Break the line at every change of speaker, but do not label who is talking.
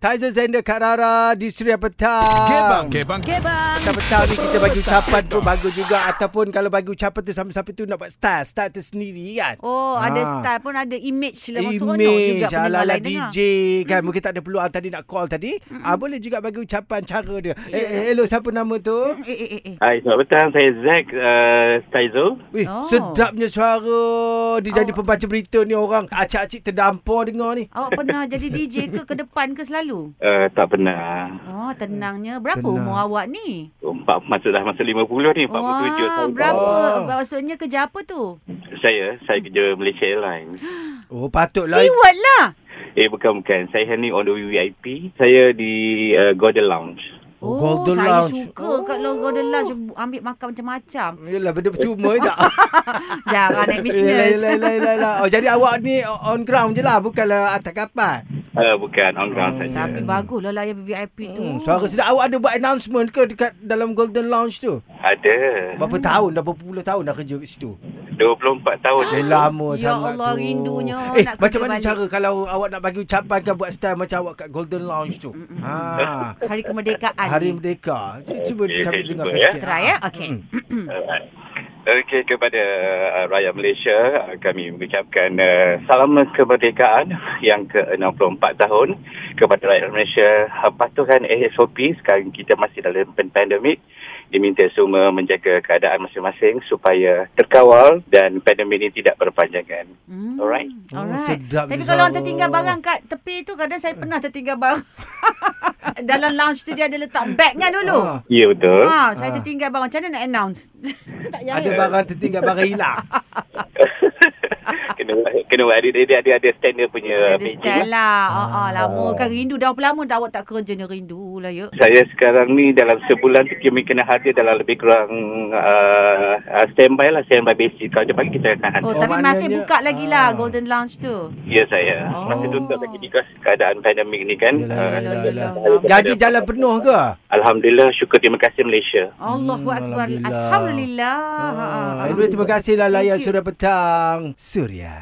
Tyson Zander Kak Rara di Suria Petang.
Gebang Gebang
Okay bang
Petang petang ni kita bagi ucapan pun bagus juga ataupun kalau bagi ucapan tu sampai-sampai tu nak buat style, style tersendiri kan.
Oh ada
Ah.
style pun ada image lah Image seronok juga
Image
pendengar
ala-ala
lain eh, ha. dengar.
DJ kan Mungkin tak ada peluang tadi nak call tadi ah, Boleh juga bagi ucapan cara dia
Ya.
eh, eh, Hello siapa nama tu?
Eh eh eh eh
Hai, selamat petang. Saya Zack uh, Staizo.
Weh,
Oh.
sedapnya suara Dia jadi
Awak-
pembaca berita ni orang Acik-acik terdampar dengar ni
Awak pernah jadi DJ ke ke depan ke selalu?
Uh, tak pernah.
Oh tenangnya Berapa
Tenang.
umur awak ni?
Oh, Empat, masuk dah masa 50 ni. 47
Wah
tahun.
berapa
Oh.
Maksudnya kerja apa tu?
Saya, saya kerja Malaysia Airlines.
Oh patutlah
Steward lah
Eh, bukan, bukan. Saya handling on the VIP. Saya di uh, Golden Lounge.
Oh, Golden
saya
Lounge.
suka oh. kat lo- Golden Lounge ambil makan macam-macam.
Yelah benda percuma je tak
Jarang naik
Yelah,
bisnes.
yelah, yelah, yelah, yelah. Oh, jadi awak ni on ground je lah Bukanlah atas kapal
Uh, bukan, on ground
Oh,
saja.
Tapi baguslah lah ya layan VIP tu.
hmm, Suara sedap awak ada buat announcement ke Dekat dalam Golden Lounge tu
Ada.
Berapa tahun dah berapa puluh tahun dah kerja kat situ
24 tahun.
Eh lama
Ya
sangat
Allah,
tu.
rindunya
Eh
nak
macam
kerja
mana
balik.
cara Kalau awak nak bagi ucapan kan Buat style macam awak kat Golden Lounge tu ha,
Hari kemerdekaan.
Hari Ah,
ni.
Merdeka Cuba- Cuba
Okey,
kami
saya
dengarkan
cuba, ya.
sikit Hmm.
Try ya. Okey.
Alright. Okey kepada uh, rakyat Malaysia uh, kami mengucapkan uh, salam kemerdekaan yang ke-64 tahun kepada rakyat Malaysia uh, patuhkan SOP sekarang kita masih dalam pen- pandemik diminta semua menjaga keadaan masing-masing supaya terkawal dan pandemik ini tidak berpanjangan.
Hmm.
Alright.
Oh,
Alright.
sedap
Tapi
ni
kalau orang
suara.
tertinggal barang kat tepi tu kadang saya pernah tertinggal barang. Dalam lounge tu dia ada letak bag kan dulu.
Ah.
Ya betul.
Ha, saya tertinggal barang. Macam mana nak announce? tak payah.
Ada barang tertinggal Barang hilang
kena kena buat- dia dia dia ada standard
Dia
punya
ada
meeting.
style lah. Ah, ah,
Ah.
lama kan rindu. Dah berapa lama dah awak tak kerja ni rindu lah ya.
Saya sekarang ni dalam sebulan tu kami kena hadir dalam lebih kurang uh, uh, standby lah, standby basic. Kalau dia panggil kita akan
Oh,
hadir.
Oh,
Oh.
tapi masih
maknanya-
buka lagi lah
ah.
Golden Lounge tu.
Ya saya.
Oh.
Oh. Masa tu tak lagi because keadaan pandemik ni kan.
Yelah,
Ya,
Ah,
yelah,
kita
yelah.
tak tahu
Gaji
kepada-
jalan penuh ke?
Alhamdulillah, syukur terima kasih Malaysia.
Allahu
Hmm,
akbar.
Alhamdulillah.
Alhamdulillah. Ha, ha, ha.
Ah, anyway, terima kasihlah layan
Thank you.
Suria Petang. Suria.